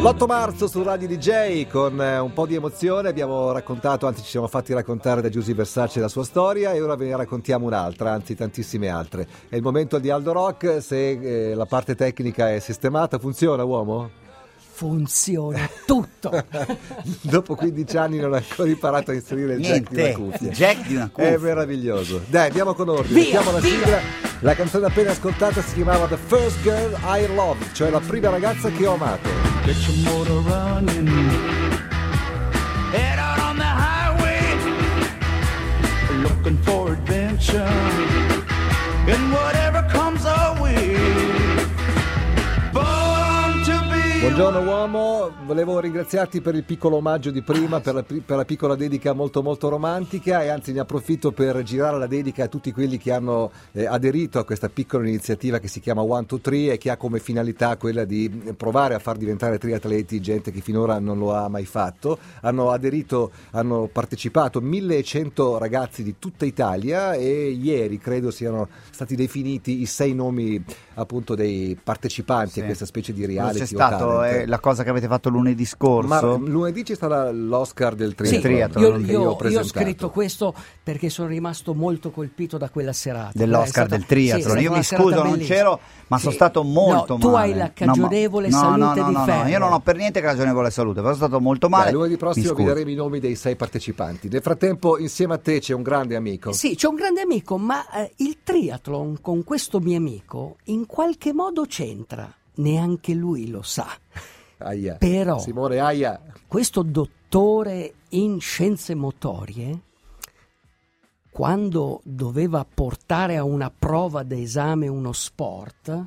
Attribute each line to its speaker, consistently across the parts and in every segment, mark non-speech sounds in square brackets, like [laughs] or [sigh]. Speaker 1: L'8 marzo su Radio DJ con eh, un po' di emozione abbiamo raccontato, anzi ci siamo fatti raccontare da Giusy Versace la sua storia e ora ve ne raccontiamo un'altra, anzi tantissime altre. È il momento di Aldo Rock, se eh, la parte tecnica è sistemata, funziona uomo? [laughs]
Speaker 2: Funziona tutto.
Speaker 3: [laughs]
Speaker 1: Dopo 15 anni non ha ancora imparato a inserire il jack di una
Speaker 3: Niente,
Speaker 1: cuffia.
Speaker 3: jack di una
Speaker 1: È
Speaker 3: cuffia.
Speaker 1: meraviglioso. Dai, andiamo con ordine, mettiamo la sigla. La canzone appena ascoltata si chiamava The First Girl I Loved, cioè la prima ragazza che ho amato.
Speaker 4: Get your motor running. Head out on the highway. Looking for adventure. And whatever comes our way. Born to be.
Speaker 1: Buongiorno uomo, volevo ringraziarti per il piccolo omaggio di prima, per la, pri- per la piccola dedica molto molto romantica e anzi ne approfitto per girare la dedica a tutti quelli che hanno eh, aderito a questa piccola iniziativa che si chiama One to Three e che ha come finalità quella di eh, provare a far diventare triatleti gente che finora non lo ha mai fatto. Hanno aderito, hanno partecipato 1100 ragazzi di tutta Italia e ieri credo siano stati definiti i sei nomi appunto dei partecipanti
Speaker 3: Sì.
Speaker 1: a questa specie di
Speaker 3: Non
Speaker 1: reality.
Speaker 3: c'è
Speaker 1: o
Speaker 3: stato
Speaker 1: talent.
Speaker 3: eh, la cosa che avete fatto lunedì
Speaker 1: Ma
Speaker 2: mm,
Speaker 3: scorso?
Speaker 1: lunedì ci sarà l'Oscar del
Speaker 2: Sì,
Speaker 1: triathlon,
Speaker 3: triathlon
Speaker 2: io,
Speaker 1: che
Speaker 2: io-
Speaker 1: ho
Speaker 2: io ho
Speaker 1: presentato.
Speaker 2: scritto questo perché sono rimasto molto colpito da quella serata.
Speaker 3: Dell'Oscar
Speaker 2: Quella è stata-
Speaker 3: del triathlon.
Speaker 2: sì, è stata
Speaker 3: Io mi
Speaker 2: una serata
Speaker 3: scuso, non
Speaker 2: bellissima.
Speaker 3: c'ero, ma sono stato molto
Speaker 2: No,
Speaker 3: male.
Speaker 2: Tu hai la cagionevole
Speaker 3: no, ma- no,
Speaker 2: salute
Speaker 3: no,
Speaker 2: di
Speaker 3: no,
Speaker 2: ferro.
Speaker 3: No, io non ho per niente cagionevole salute, però sono stato molto male.
Speaker 1: Dai, lunedì prossimo
Speaker 3: Mi
Speaker 1: vi
Speaker 3: scuso.
Speaker 1: daremo i nomi dei sei partecipanti. Nel frattempo, insieme a te c'è un grande amico.
Speaker 2: Sì, c'è un grande amico, ma eh, il triathlon con questo mio amico in qualche modo c'entra. Neanche lui lo sa.
Speaker 1: Aia.
Speaker 2: Però-
Speaker 1: Simone Aia.
Speaker 2: Questo dottore in scienze motorie, quando doveva portare a una prova d'esame uno sport,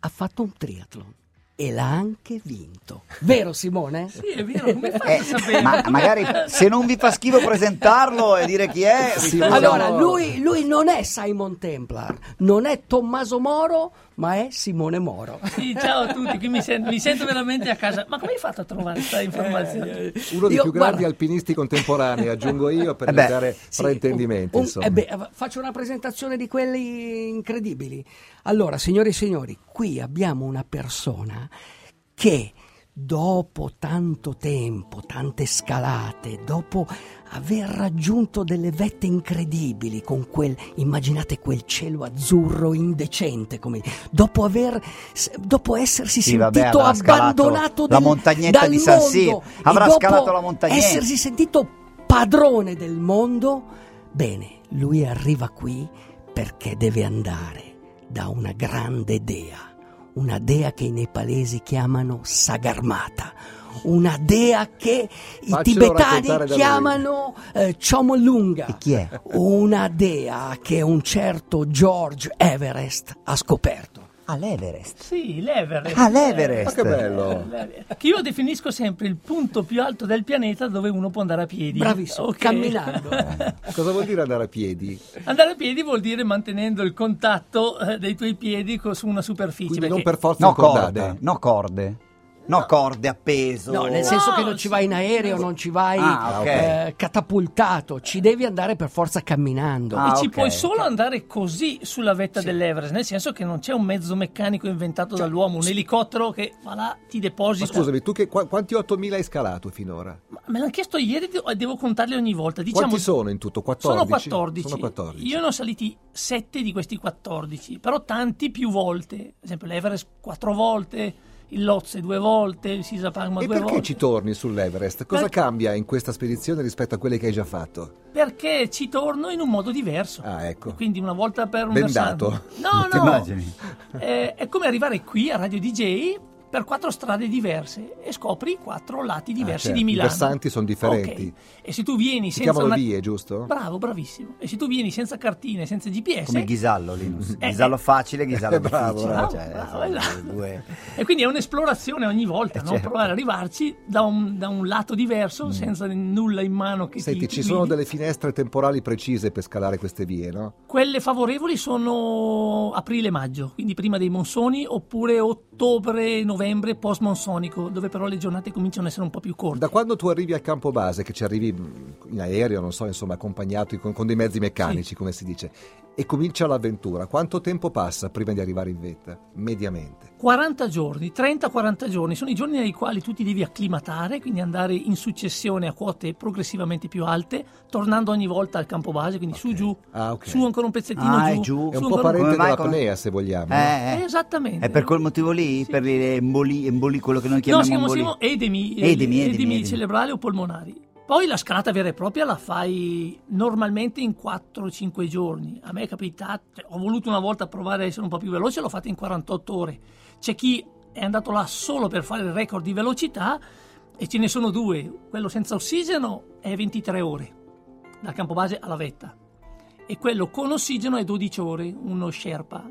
Speaker 2: ha fatto un triathlon e l'ha anche vinto. Vero Simone?
Speaker 5: [laughs] Sì, è vero, come fai a
Speaker 3: Eh,
Speaker 5: sapere?
Speaker 3: ma magari se non vi fa schifo presentarlo e dire chi è,
Speaker 1: Sì,
Speaker 3: vi-
Speaker 2: Eh, Allora,
Speaker 1: Moro.
Speaker 2: lui, lui non è Simon Templar, non è Tommaso Moro, ma è Simone Moro.
Speaker 5: Sì, ciao a tutti, qui mi sento, mi sento veramente a casa. Ma come hai fatto a trovare questa informazione?
Speaker 1: Uno dei
Speaker 2: Eh, Io,
Speaker 1: più grandi
Speaker 2: guarda-
Speaker 1: alpinisti contemporanei, aggiungo io, per
Speaker 3: Eh beh,
Speaker 1: evitare
Speaker 2: Sì,
Speaker 1: fraintendimenti.
Speaker 2: un- un-
Speaker 1: insomma.
Speaker 2: eh beh, faccio una presentazione di quelli incredibili. Allora, signore e signori, qui abbiamo una persona che dopo tanto tempo, tante scalate, dopo aver raggiunto delle vette incredibili con quel, immaginate quel cielo azzurro indecente, come, dopo, aver, s- dopo essersi
Speaker 3: Sì, vabbè,
Speaker 2: sentito
Speaker 3: avrà scalato
Speaker 2: abbandonato
Speaker 3: la
Speaker 2: dal-
Speaker 3: montagnetta
Speaker 2: dal
Speaker 3: di San
Speaker 2: mondo
Speaker 3: Siro,
Speaker 2: e
Speaker 3: avrà
Speaker 2: dopo
Speaker 3: scalato la montagnetta.
Speaker 2: essersi sentito padrone del mondo, bene, lui arriva qui perché deve andare da una grande dea, una dea che i nepalesi chiamano Sagarmata, una dea che i
Speaker 1: Faccelo raccontare
Speaker 2: tibetani
Speaker 1: da
Speaker 2: chiamano eh, Chomolunga.
Speaker 3: E chi è?
Speaker 2: Una dea che un certo George Everest ha scoperto.
Speaker 3: all'Everest.
Speaker 5: Sì, l'Everest.
Speaker 3: Ah,
Speaker 1: Ma
Speaker 3: l'Everest.
Speaker 1: che bello!
Speaker 5: L'Everest, Che io definisco sempre il punto più alto del pianeta dove uno può andare a piedi.
Speaker 2: Bravissimo,
Speaker 5: Ok.
Speaker 2: camminando.
Speaker 1: Cosa vuol dire andare a piedi?
Speaker 5: [laughs] Andare a piedi vuol dire mantenendo il contatto eh, dei tuoi piedi co- su una superficie.
Speaker 1: Quindi non
Speaker 5: perché-
Speaker 1: per forza
Speaker 3: No
Speaker 1: incordate.
Speaker 3: corde, no corde. No corde appeso.
Speaker 2: No, nel senso che non
Speaker 5: No,
Speaker 2: ci vai in aereo, non ci vai
Speaker 3: Ah, ok.
Speaker 2: eh, catapultato, ci devi andare per forza camminando.
Speaker 3: Ah,
Speaker 5: e ci
Speaker 3: ok.
Speaker 5: puoi solo andare così sulla vetta dell'Everest, nel senso che non c'è un mezzo meccanico inventato dall'uomo, un elicottero che va là, ti
Speaker 1: Ma
Speaker 5: deposita.
Speaker 1: scusami, tu che, qua- quanti 8.000 hai scalato finora?
Speaker 5: Ma me l'hanno chiesto ieri de- e devo contarli ogni volta. Diciamo,
Speaker 1: quanti sono in tutto? 14?
Speaker 5: Sono 14.
Speaker 1: Sono 14.
Speaker 5: Io ne ho saliti 7 di questi 14, però tanti più volte. Ad esempio l'Everest 4 volte, il Lozze 2 volte, il Sisapagma
Speaker 1: E
Speaker 5: 2
Speaker 1: perché
Speaker 5: volte.
Speaker 1: ci torni sull'Everest? Cosa
Speaker 5: Perché-
Speaker 1: cambia in questa spedizione rispetto a quelle che hai già fatto?
Speaker 5: Perché ci torno in un modo diverso.
Speaker 1: Ah, ecco.
Speaker 5: Quindi una volta per un
Speaker 1: Bendato.
Speaker 5: versante.
Speaker 1: [laughs]
Speaker 5: No,
Speaker 3: Ti
Speaker 5: no.
Speaker 3: immagini?
Speaker 5: Eh, è come arrivare qui a Radio DJ per quattro strade diverse e scopri quattro lati diversi
Speaker 1: certo,
Speaker 5: di
Speaker 1: i
Speaker 5: Milano.
Speaker 1: versanti sono differenti.
Speaker 5: Ok. E se tu vieni
Speaker 1: Si
Speaker 5: senza
Speaker 1: chiamano
Speaker 5: una-
Speaker 1: vie, giusto?
Speaker 5: Bravo, bravissimo. E se tu vieni senza cartine, senza GPS,
Speaker 3: Come Ghisallo, Linus.
Speaker 5: Eh,
Speaker 3: Ghisallo facile, Ghisallo
Speaker 1: eh, bravo,
Speaker 3: difficile.
Speaker 1: bravo,
Speaker 3: cioè,
Speaker 5: bravo,
Speaker 3: sono
Speaker 5: esatto.
Speaker 3: due-
Speaker 5: E quindi è un'esplorazione ogni volta,
Speaker 1: Eh,
Speaker 5: no?
Speaker 3: certo.
Speaker 5: provare ad arrivarci da un, da un lato diverso, senza nulla in mano che
Speaker 1: Mm. Senti,
Speaker 5: ti
Speaker 1: ci
Speaker 5: guidi.
Speaker 1: sono delle finestre temporali precise per scalare queste vie, no?
Speaker 5: Quelle favorevoli sono aprile-maggio, quindi prima dei monsoni, oppure ottobre-novembre post-monsonico, dove però le giornate cominciano ad essere un po' più corte.
Speaker 1: Da quando tu arrivi al campo base, che ci arrivi mh, in aereo, non so, insomma, accompagnato con, con dei mezzi meccanici, come si dice, e comincia l'avventura. Quanto tempo passa prima di arrivare in vetta? Mediamente.
Speaker 5: 40 giorni, 30-40 giorni, sono i giorni nei quali tu ti devi acclimatare, quindi andare in successione a quote progressivamente più alte, tornando ogni volta al campo base, quindi
Speaker 1: Ok.
Speaker 5: su giù,
Speaker 1: Ah, ok.
Speaker 5: su ancora un pezzettino
Speaker 3: Ah, è
Speaker 5: giù,
Speaker 3: giù.
Speaker 1: È
Speaker 5: su
Speaker 1: un po'
Speaker 5: ancora
Speaker 1: parente
Speaker 3: come mai,
Speaker 1: della
Speaker 3: come-
Speaker 1: apnea, se vogliamo. no?
Speaker 5: Eh,
Speaker 3: Eh, eh.
Speaker 5: Esattamente.
Speaker 3: È per quel motivo lì? Per le emboli, emboli- quello che noi
Speaker 5: No,
Speaker 3: chiamiamo
Speaker 5: si chiamano
Speaker 3: emboli?
Speaker 5: si chiamano edemi,
Speaker 3: Edemi, edemi,
Speaker 5: edemi,
Speaker 3: edemi.
Speaker 5: cerebrali o polmonari. Poi la scalata vera e propria la fai normalmente in 4-5 giorni. A me è capitato, cioè, ho voluto una volta provare a essere un po' più veloce, l'ho fatta in 48 ore. C'è chi è andato là solo per fare il record di velocità e ce ne sono due. Quello senza ossigeno è 23 ore, dal campo base alla vetta. E quello con ossigeno è 12 ore, uno Sherpa.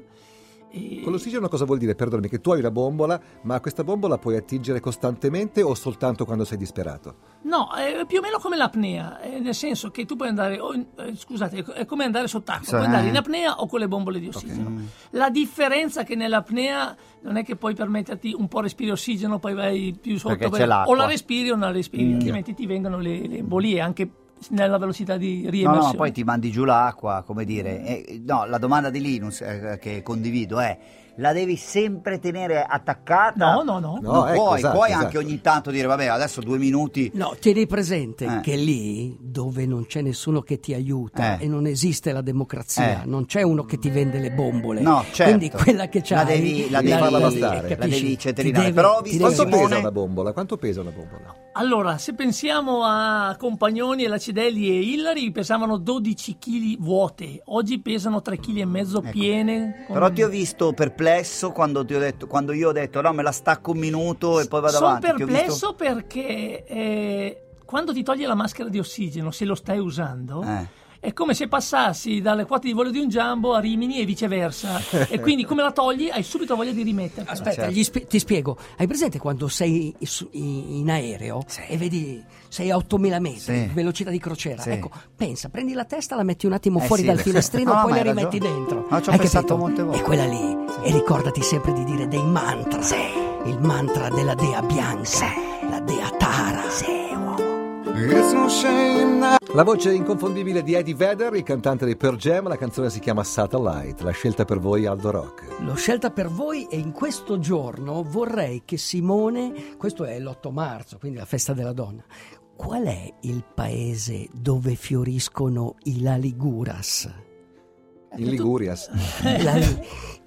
Speaker 5: E-
Speaker 1: Con l'ossigeno cosa vuol dire? Perdonami, che tu hai una bombola, ma questa bombola puoi attingere costantemente o soltanto quando sei disperato?
Speaker 5: No, è più o meno come l'apnea, eh, nel senso che tu puoi andare, o in- eh, scusate, è come andare sott'acqua,
Speaker 3: Sì.
Speaker 5: puoi andare in apnea o con le bombole di ossigeno. La differenza è che nell'apnea non è che puoi permetterti un po' respiri ossigeno, poi vai più sotto,
Speaker 6: Perché
Speaker 5: vai-
Speaker 6: c'è l'acqua.
Speaker 5: o la respiri o non la respiri, altrimenti ti vengono le, le embolie anche nella velocità di
Speaker 3: No,
Speaker 5: riemersione.
Speaker 3: no, poi ti mandi giù l'acqua, come dire. Eh, no, la domanda di Linus eh, che condivido è: la devi sempre tenere attaccata?
Speaker 5: No, no, no.
Speaker 1: No,
Speaker 3: Non
Speaker 1: ecco,
Speaker 3: puoi,
Speaker 1: esatto,
Speaker 3: puoi
Speaker 1: esatto.
Speaker 3: anche ogni tanto dire, vabbè, adesso due minuti.
Speaker 5: Ecco.
Speaker 2: No, tieni presente
Speaker 3: Eh.
Speaker 2: che lì dove non c'è nessuno che ti aiuta
Speaker 3: Eh.
Speaker 2: e non esiste la democrazia,
Speaker 3: Eh.
Speaker 2: non c'è uno che ti vende le bombole.
Speaker 3: No, certo.
Speaker 2: Quindi quella che c'hai
Speaker 3: La devi- la
Speaker 1: devi farla bastare.
Speaker 2: capisci?
Speaker 1: La
Speaker 3: devi
Speaker 2: Ti
Speaker 3: ceterinare.
Speaker 2: deve-
Speaker 3: Però
Speaker 2: ti
Speaker 3: ho visto
Speaker 2: deve-
Speaker 1: Quanto
Speaker 3: Simone-
Speaker 1: pesa una bombola? Quanto pesa una bombola?
Speaker 5: Allora, se pensiamo a Compagnoni, la Cidelli e Hillary, pesavano 12 kg vuote, oggi pesano 3 kg e mezzo piene. con-
Speaker 3: Ecco. Però ti ho visto perplesso quando, ti ho detto, quando io ho detto no, me la stacco un minuto e poi vado
Speaker 5: Sono
Speaker 3: avanti. ti ho visto-
Speaker 5: perplesso perché eh, quando ti toglie la maschera di ossigeno, se lo stai usando,
Speaker 3: Eh.
Speaker 5: è come se passassi dalle quote di volo di un giambo a Rimini e viceversa. e quindi come la togli, hai subito voglia di rimetterla.
Speaker 2: Aspetta,
Speaker 3: Certo.
Speaker 2: gli spie- ti spiego. Hai presente quando sei su- in, in aereo e vedi sei a 8000 metri,
Speaker 3: Sì.
Speaker 2: velocità di crociera?
Speaker 3: Sì.
Speaker 2: Ecco, pensa, prendi la testa, la metti un attimo
Speaker 3: Eh
Speaker 2: fuori
Speaker 3: sì,
Speaker 2: dal
Speaker 3: perché-
Speaker 2: finestrino,
Speaker 3: [laughs] No,
Speaker 2: poi
Speaker 3: ma
Speaker 2: la
Speaker 3: hai
Speaker 2: rimetti
Speaker 3: ragione.
Speaker 2: dentro.
Speaker 3: No, ci ho
Speaker 2: Hai
Speaker 3: pensato
Speaker 2: capito?
Speaker 3: molte volte.
Speaker 2: È quella lì. E ricordati sempre di dire dei mantra. Il mantra della dea bianca, la dea Tara.
Speaker 1: La voce inconfondibile di Eddie Vedder, il cantante dei Pearl Jam, la canzone si chiama Satellite, la scelta per voi Aldo Rock.
Speaker 2: L'ho scelta per voi e in questo giorno vorrei che Simone, questo è l'8 marzo, quindi la festa della donna, qual è il paese dove fioriscono i Laliguras? Ecco
Speaker 1: In
Speaker 2: [laughs]
Speaker 1: Ligurias. Eh,
Speaker 5: Eh,
Speaker 2: La,
Speaker 5: [laughs]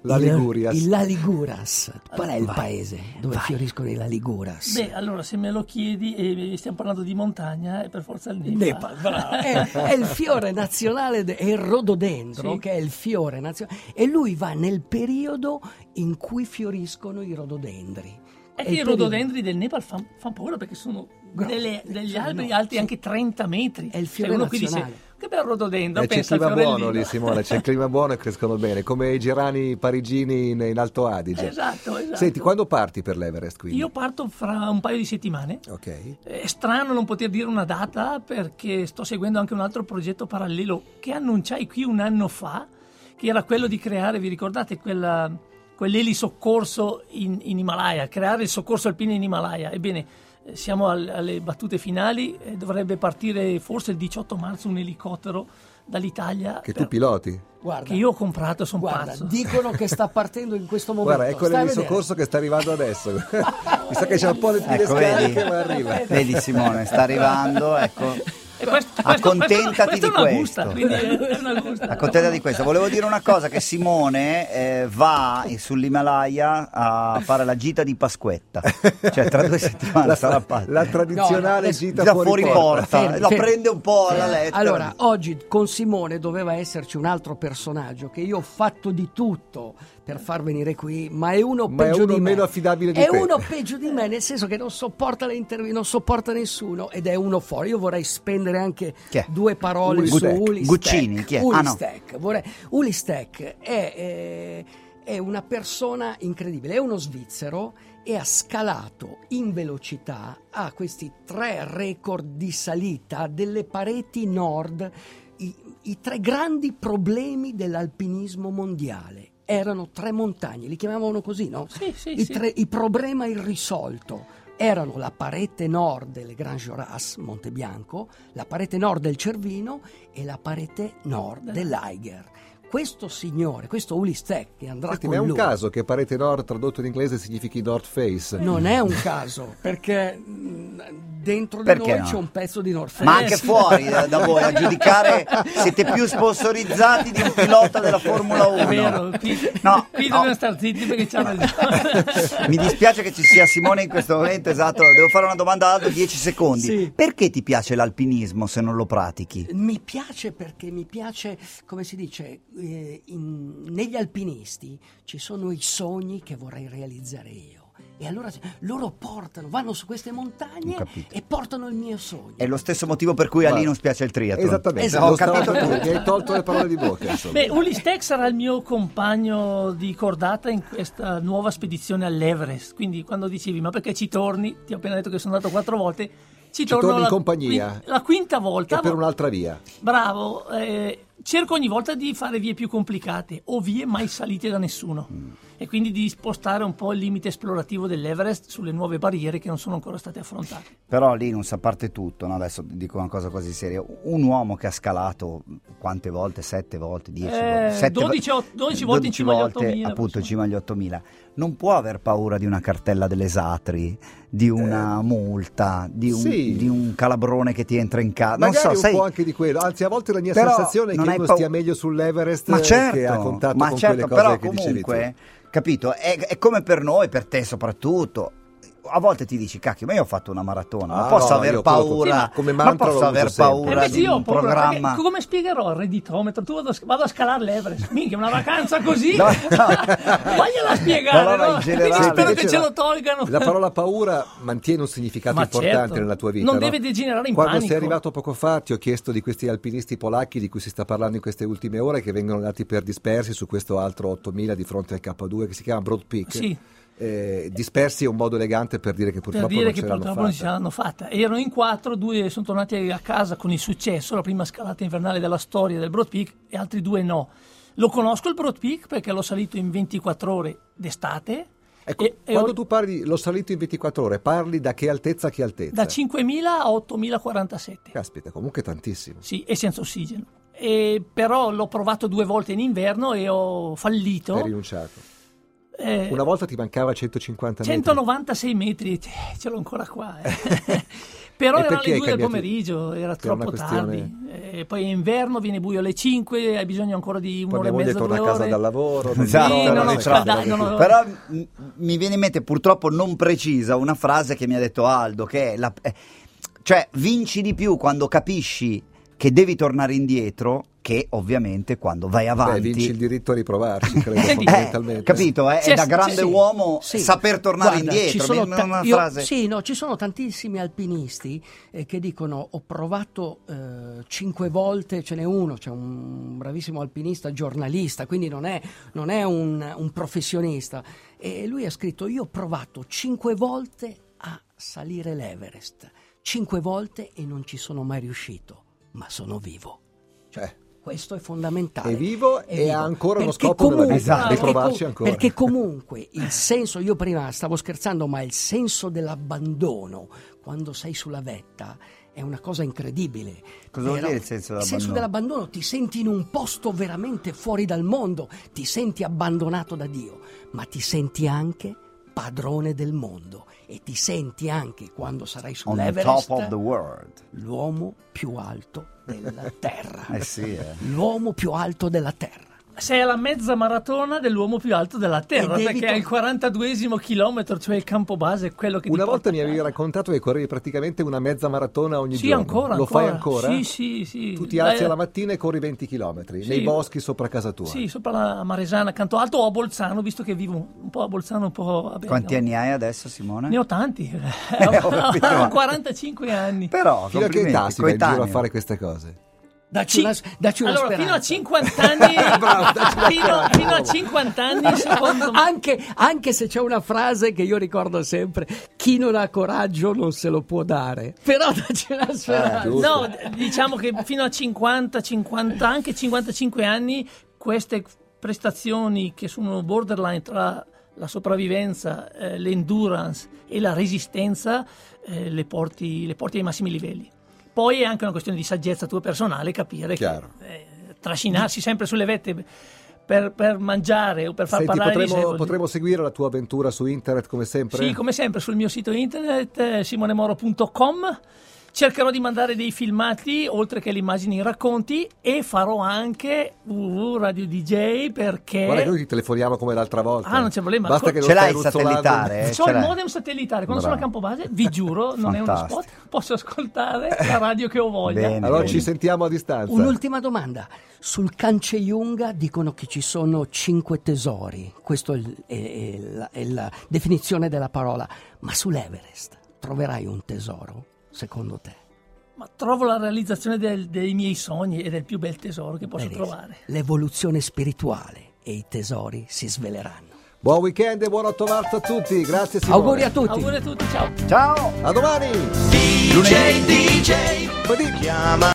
Speaker 1: La Ligurias.
Speaker 2: Il Laliguras. Qual è il paese dove fioriscono i Laliguras?
Speaker 5: Beh, allora se me lo chiedi, e stiamo parlando di montagna, è per forza il Nepal.
Speaker 2: Nepal,
Speaker 5: [laughs]
Speaker 2: bravo. è, è il fiore nazionale, de- è il rododendro
Speaker 5: Sì.
Speaker 2: che è il fiore nazionale e lui va nel periodo in cui fioriscono i rododendri. [laughs]
Speaker 5: È
Speaker 2: È
Speaker 5: che
Speaker 2: il
Speaker 5: Eh, i
Speaker 2: periodo-
Speaker 5: rododendri del Nepal fanno paura perché sono
Speaker 2: Grossi.
Speaker 5: delle- degli
Speaker 2: Cioè,
Speaker 5: alberi
Speaker 2: no,
Speaker 5: alti
Speaker 2: sì.
Speaker 5: anche 30 metri. Cioè,
Speaker 2: È il fiore
Speaker 5: uno qui dice,
Speaker 2: nazionale.
Speaker 5: che bel rododendro,
Speaker 1: Eh, c'è il
Speaker 5: pensa al
Speaker 1: clima buono
Speaker 5: fiorellino.
Speaker 1: lì Simone,
Speaker 5: [laughs]
Speaker 1: c'è il clima buono e crescono bene, come i gerani parigini in, in Alto Adige.
Speaker 5: Esatto, esatto.
Speaker 1: Senti, quando parti per l'Everest quindi?
Speaker 5: Io parto fra un paio di settimane.
Speaker 1: Ok.
Speaker 5: È strano non poter dire una data perché sto seguendo anche un altro progetto parallelo che annunciai qui un anno fa, che era quello di creare, vi ricordate, quella, quell'elisoccorso in, in Himalaya, creare il soccorso alpino in Himalaya. Ebbene, eh, siamo al- alle battute finali, eh, dovrebbe partire forse il 18 marzo un elicottero dall'Italia.
Speaker 1: Che
Speaker 5: per-
Speaker 1: tu piloti?
Speaker 2: Guarda,
Speaker 5: che io ho comprato, sono
Speaker 2: Guarda,
Speaker 5: pazzo.
Speaker 2: dicono che sta partendo in questo momento.
Speaker 1: Guarda, ecco
Speaker 2: Stai a
Speaker 1: il
Speaker 2: vedere.
Speaker 1: soccorso che sta arrivando
Speaker 2: [laughs]
Speaker 1: adesso. Mi sa che c'è un po' le pile
Speaker 3: Ecco, vedi?
Speaker 1: scariche, ma arriva.
Speaker 3: Vedi Simone, sta arrivando, ecco.
Speaker 1: [laughs]
Speaker 5: E questo-
Speaker 3: Accontentati
Speaker 5: questo-
Speaker 3: di questo.
Speaker 5: questa È una gusta, quindi è- è una
Speaker 3: [laughs]
Speaker 5: gusta.
Speaker 3: Accontenta di questo. Volevo dire una cosa che Simone eh, va sull'Himalaya a fare la gita di Pasquetta. Cioè tra due settimane
Speaker 1: La,
Speaker 3: sarà fatta.
Speaker 1: la tradizionale
Speaker 2: No, no,
Speaker 1: gita
Speaker 3: da
Speaker 1: fuori,
Speaker 3: fuori
Speaker 1: porta.
Speaker 3: porta.
Speaker 2: Fermi,
Speaker 3: La
Speaker 2: fermi. Eh,
Speaker 3: prende un po' alla lettera.
Speaker 2: Allora, oggi con Simone doveva esserci un altro personaggio che io ho fatto di tutto per far venire qui, ma è uno
Speaker 1: Ma è
Speaker 2: peggio
Speaker 1: uno
Speaker 2: di me.
Speaker 1: meno affidabile di
Speaker 2: È
Speaker 1: te.
Speaker 2: uno peggio di me, nel senso che non sopporta le interviste, non sopporta nessuno ed è uno fuori. Io vorrei spendere anche
Speaker 3: Chi è?
Speaker 2: due parole
Speaker 3: Uli
Speaker 2: su
Speaker 3: Steck.
Speaker 2: Uli
Speaker 3: Guccini,
Speaker 2: Steck.
Speaker 3: chi è?
Speaker 2: Uli
Speaker 3: Ah, no.
Speaker 2: Steck. Vorrei- Uli Steck è, eh, è una persona incredibile, è uno svizzero e ha scalato in velocità a questi tre record di salita delle pareti nord. I, i tre grandi problemi dell'alpinismo mondiale erano tre montagne, li chiamavano così, no?
Speaker 5: Sì, sì,
Speaker 2: I,
Speaker 5: sì.
Speaker 2: tre- i problema irrisolto erano la parete nord delle Grand Joras, Monte Bianco, la parete nord del Cervino e la parete nord dell'Aiger. questo signore, questo Ulissec che andrà
Speaker 1: Senti,
Speaker 2: con
Speaker 1: ma è un
Speaker 2: lui,
Speaker 1: caso che parete nord tradotto in inglese significhi North Face.
Speaker 2: non è un caso, perché mh, dentro di
Speaker 3: Perché
Speaker 2: noi
Speaker 3: no?
Speaker 2: c'è un pezzo di North
Speaker 3: Ma
Speaker 5: Eh,
Speaker 3: anche
Speaker 5: sì.
Speaker 3: fuori da, da voi, a giudicare siete più sponsorizzati di un pilota della Formula 1.
Speaker 5: È vero, qui,
Speaker 3: No,
Speaker 5: qui
Speaker 3: no.
Speaker 5: dobbiamo stare zitti perché c'è
Speaker 3: [laughs]
Speaker 5: ragione.
Speaker 3: Mi dispiace che ci sia Simone in questo momento, esatto, devo fare una domanda ad Aldo 10 secondi.
Speaker 2: Sì.
Speaker 3: Perché ti piace l'alpinismo se non lo pratichi?
Speaker 2: Mi piace perché mi piace, come si dice, eh, in- negli alpinisti ci sono i sogni che vorrei realizzare io. E allora loro portano, vanno su queste montagne
Speaker 3: Ho capito.
Speaker 2: e portano il mio sogno.
Speaker 3: È lo stesso motivo per cui a
Speaker 1: Ma-
Speaker 3: Linus piace il triathlon.
Speaker 1: Esattamente,
Speaker 2: Esatto.
Speaker 1: lo
Speaker 3: Ho capito
Speaker 1: stavo per
Speaker 3: tutto.
Speaker 1: dire, Mi hai tolto le parole di bocca. Insomma.
Speaker 5: Beh, Ulistec sarà il mio compagno di cordata in questa nuova spedizione all'Everest. Quindi, quando dicevi, ma perché ci torni? Ti ho appena detto che sono andato quattro volte. Ci, torno
Speaker 1: torni in
Speaker 5: la,
Speaker 1: compagnia.
Speaker 5: quin- la quinta volta.
Speaker 1: e per
Speaker 5: ma-
Speaker 1: un'altra via.
Speaker 5: Bravo, eh, cerco ogni volta di fare vie più complicate o vie mai salite da nessuno
Speaker 1: Mm.
Speaker 5: e quindi di spostare un po' il limite esplorativo dell'Everest sulle nuove barriere che non sono ancora state affrontate.
Speaker 3: Però Linus, a parte tutto, no, adesso dico una cosa quasi seria, un uomo che ha scalato quante volte? Sette volte? Dieci
Speaker 5: Eh,
Speaker 3: volte? Sette
Speaker 5: 12 o- 12 volte in cima agli 8000,
Speaker 3: Appunto, in
Speaker 5: insomma.
Speaker 3: cima agli 8000. Non può aver paura di una cartella delle satri, di una multa, di un,
Speaker 1: Eh. sì.
Speaker 3: di un calabrone che ti entra in casa. Non
Speaker 1: Magari
Speaker 3: so,
Speaker 1: un
Speaker 3: sai...
Speaker 1: po' anche di quello, anzi a volte la mia
Speaker 3: Però
Speaker 1: sensazione è che
Speaker 3: non hai
Speaker 1: uno
Speaker 3: pau-
Speaker 1: stia meglio sull'Everest
Speaker 3: ma
Speaker 1: eh,
Speaker 3: certo,
Speaker 1: che ha contatto
Speaker 3: ma
Speaker 1: con
Speaker 3: certo,
Speaker 1: quelle cose
Speaker 3: però
Speaker 1: che dicevi
Speaker 3: comunque,
Speaker 1: tu.
Speaker 3: capito, è, è come per noi, per te soprattutto. A volte ti dici, cacchio, ma io ho fatto una maratona, ma
Speaker 1: Ah,
Speaker 3: posso
Speaker 1: no,
Speaker 3: aver
Speaker 1: io quello così,
Speaker 3: paura,
Speaker 1: ma come
Speaker 3: ma
Speaker 1: mantra
Speaker 3: posso
Speaker 1: lo
Speaker 3: aver
Speaker 1: uso sempre.
Speaker 5: Eh,
Speaker 3: paura
Speaker 5: invece
Speaker 3: di
Speaker 5: io ho
Speaker 3: un
Speaker 5: paura,
Speaker 3: programma...
Speaker 5: perché come spiegherò al redditometro? Tu vado, a sc- vado a scalare l'Everest, minchia, una vacanza così.
Speaker 3: No, no.
Speaker 5: [laughs] Vogliela spiegare.
Speaker 3: No, no,
Speaker 5: No,
Speaker 3: no, in generale.
Speaker 5: Quindi
Speaker 1: Senti,
Speaker 5: spero che
Speaker 1: invece
Speaker 5: ce
Speaker 1: la-
Speaker 5: lo tolgano.
Speaker 1: La parola paura mantiene un significato
Speaker 5: Ma
Speaker 1: importante
Speaker 5: certo,
Speaker 1: nella tua vita.
Speaker 5: non
Speaker 1: no?
Speaker 5: deve degenerare in
Speaker 1: Quando sei
Speaker 5: panico.
Speaker 1: arrivato poco fa ti ho chiesto di questi alpinisti polacchi di cui si sta parlando in queste ultime ore che vengono dati per dispersi su questo altro 8000 di fronte al K2 che si chiama Broad Peak.
Speaker 5: Sì.
Speaker 1: Eh, dispersi è un modo elegante per dire che
Speaker 5: per
Speaker 1: purtroppo
Speaker 5: dire
Speaker 1: non
Speaker 5: che
Speaker 1: ce l'hanno
Speaker 5: purtroppo non ce
Speaker 1: fatta.
Speaker 5: l'hanno fatta. Erano in quattro, due sono tornati a casa con il successo, la prima scalata invernale della storia del Broad Peak e altri due no. Lo conosco il Broad Peak perché l'ho salito in 24 ore d'estate.
Speaker 1: Ecco,
Speaker 5: e- e
Speaker 1: quando
Speaker 5: ho-
Speaker 1: tu parli, l'ho salito in 24 ore, parli da che altezza a che altezza?
Speaker 5: da 5.000 a 8.047.
Speaker 1: Caspita, comunque tantissimo.
Speaker 5: Sì, e senza ossigeno. E però l'ho provato due volte in inverno e ho fallito.
Speaker 1: Hai rinunciato.
Speaker 5: Eh,
Speaker 1: Una volta ti mancava 150 metri.
Speaker 5: 196 metri, eh, ce l'ho ancora qua.
Speaker 1: [laughs]
Speaker 5: eh. Però
Speaker 1: E
Speaker 5: erano
Speaker 1: perché
Speaker 5: le
Speaker 1: hai
Speaker 5: 2 del
Speaker 1: cambiato-
Speaker 5: pomeriggio, era
Speaker 1: per una
Speaker 5: troppo
Speaker 1: questione-
Speaker 5: tardi. Eh, poi è inverno, viene buio alle 5, hai bisogno ancora di
Speaker 1: Poi
Speaker 5: un'ora
Speaker 1: mia
Speaker 5: e
Speaker 1: moglie
Speaker 5: mezza,
Speaker 1: torna a
Speaker 5: due
Speaker 1: casa
Speaker 5: ore.
Speaker 1: dal lavoro. non
Speaker 3: Esatto,
Speaker 1: mi
Speaker 5: Sì,
Speaker 1: ricordo,
Speaker 5: no, no,
Speaker 1: non
Speaker 5: cioè,
Speaker 1: ricordo.
Speaker 5: dai, no, no.
Speaker 3: Però m- mi viene in mente purtroppo non precisa una frase che mi ha detto Aldo, che è la- eh, cioè vinci di più quando capisci che devi tornare indietro che ovviamente quando vai
Speaker 1: Beh,
Speaker 3: avanti.
Speaker 1: vinci il diritto a riprovarci,
Speaker 5: [laughs]
Speaker 1: credo,
Speaker 5: Senti,
Speaker 1: fondamentalmente.
Speaker 3: Eh, capito? eh?
Speaker 5: C'è-
Speaker 3: È da grande
Speaker 5: sì,
Speaker 3: uomo
Speaker 2: Sì.
Speaker 3: saper tornare
Speaker 2: Guarda,
Speaker 3: indietro.
Speaker 2: ci sono
Speaker 3: mi-
Speaker 2: ta-
Speaker 3: una
Speaker 2: io-
Speaker 3: frase-
Speaker 2: sì, no, ci sono tantissimi alpinisti eh, che dicono ho provato eh, cinque volte, ce n'è uno, c'è un bravissimo alpinista giornalista, quindi non è, non è un, un professionista. E lui ha scritto io ho provato cinque volte a salire l'Everest, cinque volte e non ci sono mai riuscito, ma sono vivo.
Speaker 1: Cioè,
Speaker 2: Questo è fondamentale.
Speaker 1: È vivo e ha ancora uno
Speaker 2: Perché
Speaker 1: scopo nella
Speaker 2: comunque-
Speaker 1: vita,
Speaker 5: Esatto.
Speaker 1: riprovarci
Speaker 2: perché
Speaker 1: ancora.
Speaker 2: Perché comunque il senso, io prima stavo scherzando, ma il senso dell'abbandono quando sei sulla vetta è una cosa incredibile.
Speaker 3: Cosa vuol
Speaker 2: Però-
Speaker 3: dire il senso
Speaker 2: Il senso
Speaker 3: dell'abbandono?
Speaker 2: dell'abbandono, ti senti in un posto veramente fuori dal mondo, ti senti abbandonato da Dio, ma ti senti anche padrone del mondo e ti senti anche quando sarai
Speaker 3: On the top of the
Speaker 2: sull'Everest
Speaker 3: world.
Speaker 2: l'uomo più alto
Speaker 3: [laughs]
Speaker 2: della terra.
Speaker 3: Eh sì, eh.
Speaker 2: L'uomo più alto della terra.
Speaker 5: Sei alla mezza maratona dell'uomo più alto della Terra,
Speaker 2: E devi
Speaker 5: perché è il
Speaker 2: to-
Speaker 5: 42esimo chilometro, cioè il campo base, è quello che ti
Speaker 1: Una volta
Speaker 5: porta a
Speaker 1: mi avevi
Speaker 5: casa.
Speaker 1: raccontato che correvi praticamente una mezza maratona ogni
Speaker 5: Sì,
Speaker 1: giorno.
Speaker 5: ancora.
Speaker 1: Lo fai ancora?
Speaker 5: Sì, sì, sì.
Speaker 1: Tu ti alzi
Speaker 5: Dai-
Speaker 1: alla mattina e corri 20 km nei
Speaker 5: Sì.
Speaker 1: boschi sopra casa tua.
Speaker 5: Sì, sopra la Maresana, canto alto o a Bolzano, visto che vivo un po' a Bolzano, un po' a Bergamo.
Speaker 3: Quanti anni hai adesso, Simone?
Speaker 5: Ne ho tanti, Eh,
Speaker 3: Ho capito, ma-
Speaker 5: [laughs] ho 45 anni.
Speaker 3: Però,
Speaker 1: Fino a che età
Speaker 3: complimenti,
Speaker 1: si va in giro a
Speaker 3: coetaneo.
Speaker 1: fare queste cose?
Speaker 2: Dacci
Speaker 5: Ci-
Speaker 2: una, dacci una
Speaker 5: allora, fino a
Speaker 2: speranza. [laughs]
Speaker 5: 50 anni,
Speaker 1: Bravo, dacci una
Speaker 5: fino,
Speaker 1: speranza.
Speaker 5: fino a 50 anni, secondo me.
Speaker 2: anche, anche se c'è una frase che io ricordo sempre, chi non ha coraggio non se lo può dare. Però dacci una speranza.
Speaker 1: giusto.
Speaker 5: No, d- diciamo che fino a 50, 50, anche 55 anni, queste prestazioni che sono borderline tra la sopravvivenza, eh, l'endurance e la resistenza, eh, le, porti, le porti ai massimi livelli. Poi è anche una questione di saggezza tua personale capire
Speaker 1: Chiaro.
Speaker 5: che eh, trascinarsi sempre sulle vette per, per mangiare o per far
Speaker 1: Senti,
Speaker 5: parlare di sé,
Speaker 1: potremo,
Speaker 5: vuol dire-
Speaker 1: potremmo seguire la tua avventura su internet come sempre?
Speaker 5: Sì, come sempre sul mio sito internet eh, simonemoro.com cercherò di mandare dei filmati oltre che le immagini e i racconti e farò anche www Radio DJ perché
Speaker 1: Guarda che noi ti telefoniamo come l'altra volta.
Speaker 5: Ah, non c'è problema.
Speaker 1: Basta
Speaker 5: Co-
Speaker 1: che non
Speaker 3: Ce
Speaker 1: stai
Speaker 3: l'hai il
Speaker 1: ruzzolando.
Speaker 3: satellitare? eh?
Speaker 5: Ho
Speaker 3: Ce
Speaker 5: il
Speaker 3: l'hai?
Speaker 5: modem satellitare, quando sono a
Speaker 3: Bravo.
Speaker 5: campo base, vi giuro, non è uno
Speaker 3: Fantastico.
Speaker 5: spot, posso ascoltare la radio che ho voglia.
Speaker 3: Bene.
Speaker 1: Allora ci sentiamo a distanza.
Speaker 2: Un'ultima domanda. Sul Cancellunga dicono che ci sono cinque tesori, questa è, il- è- è la, è la definizione della parola, ma sull'Everest troverai un tesoro, secondo te?
Speaker 5: Ma trovo la realizzazione del- dei miei sogni e del più bel tesoro che posso
Speaker 2: Benissimo.
Speaker 5: trovare.
Speaker 2: L'evoluzione spirituale e i tesori si sveleranno.
Speaker 1: Buon weekend e buon 8 marzo a tutti. Grazie Simone.
Speaker 2: Auguri a tutti!
Speaker 5: Auguri a tutti, ciao!
Speaker 3: Ciao!
Speaker 1: A domani.
Speaker 4: DJ, DJ,
Speaker 1: Lunedì.
Speaker 4: chiama.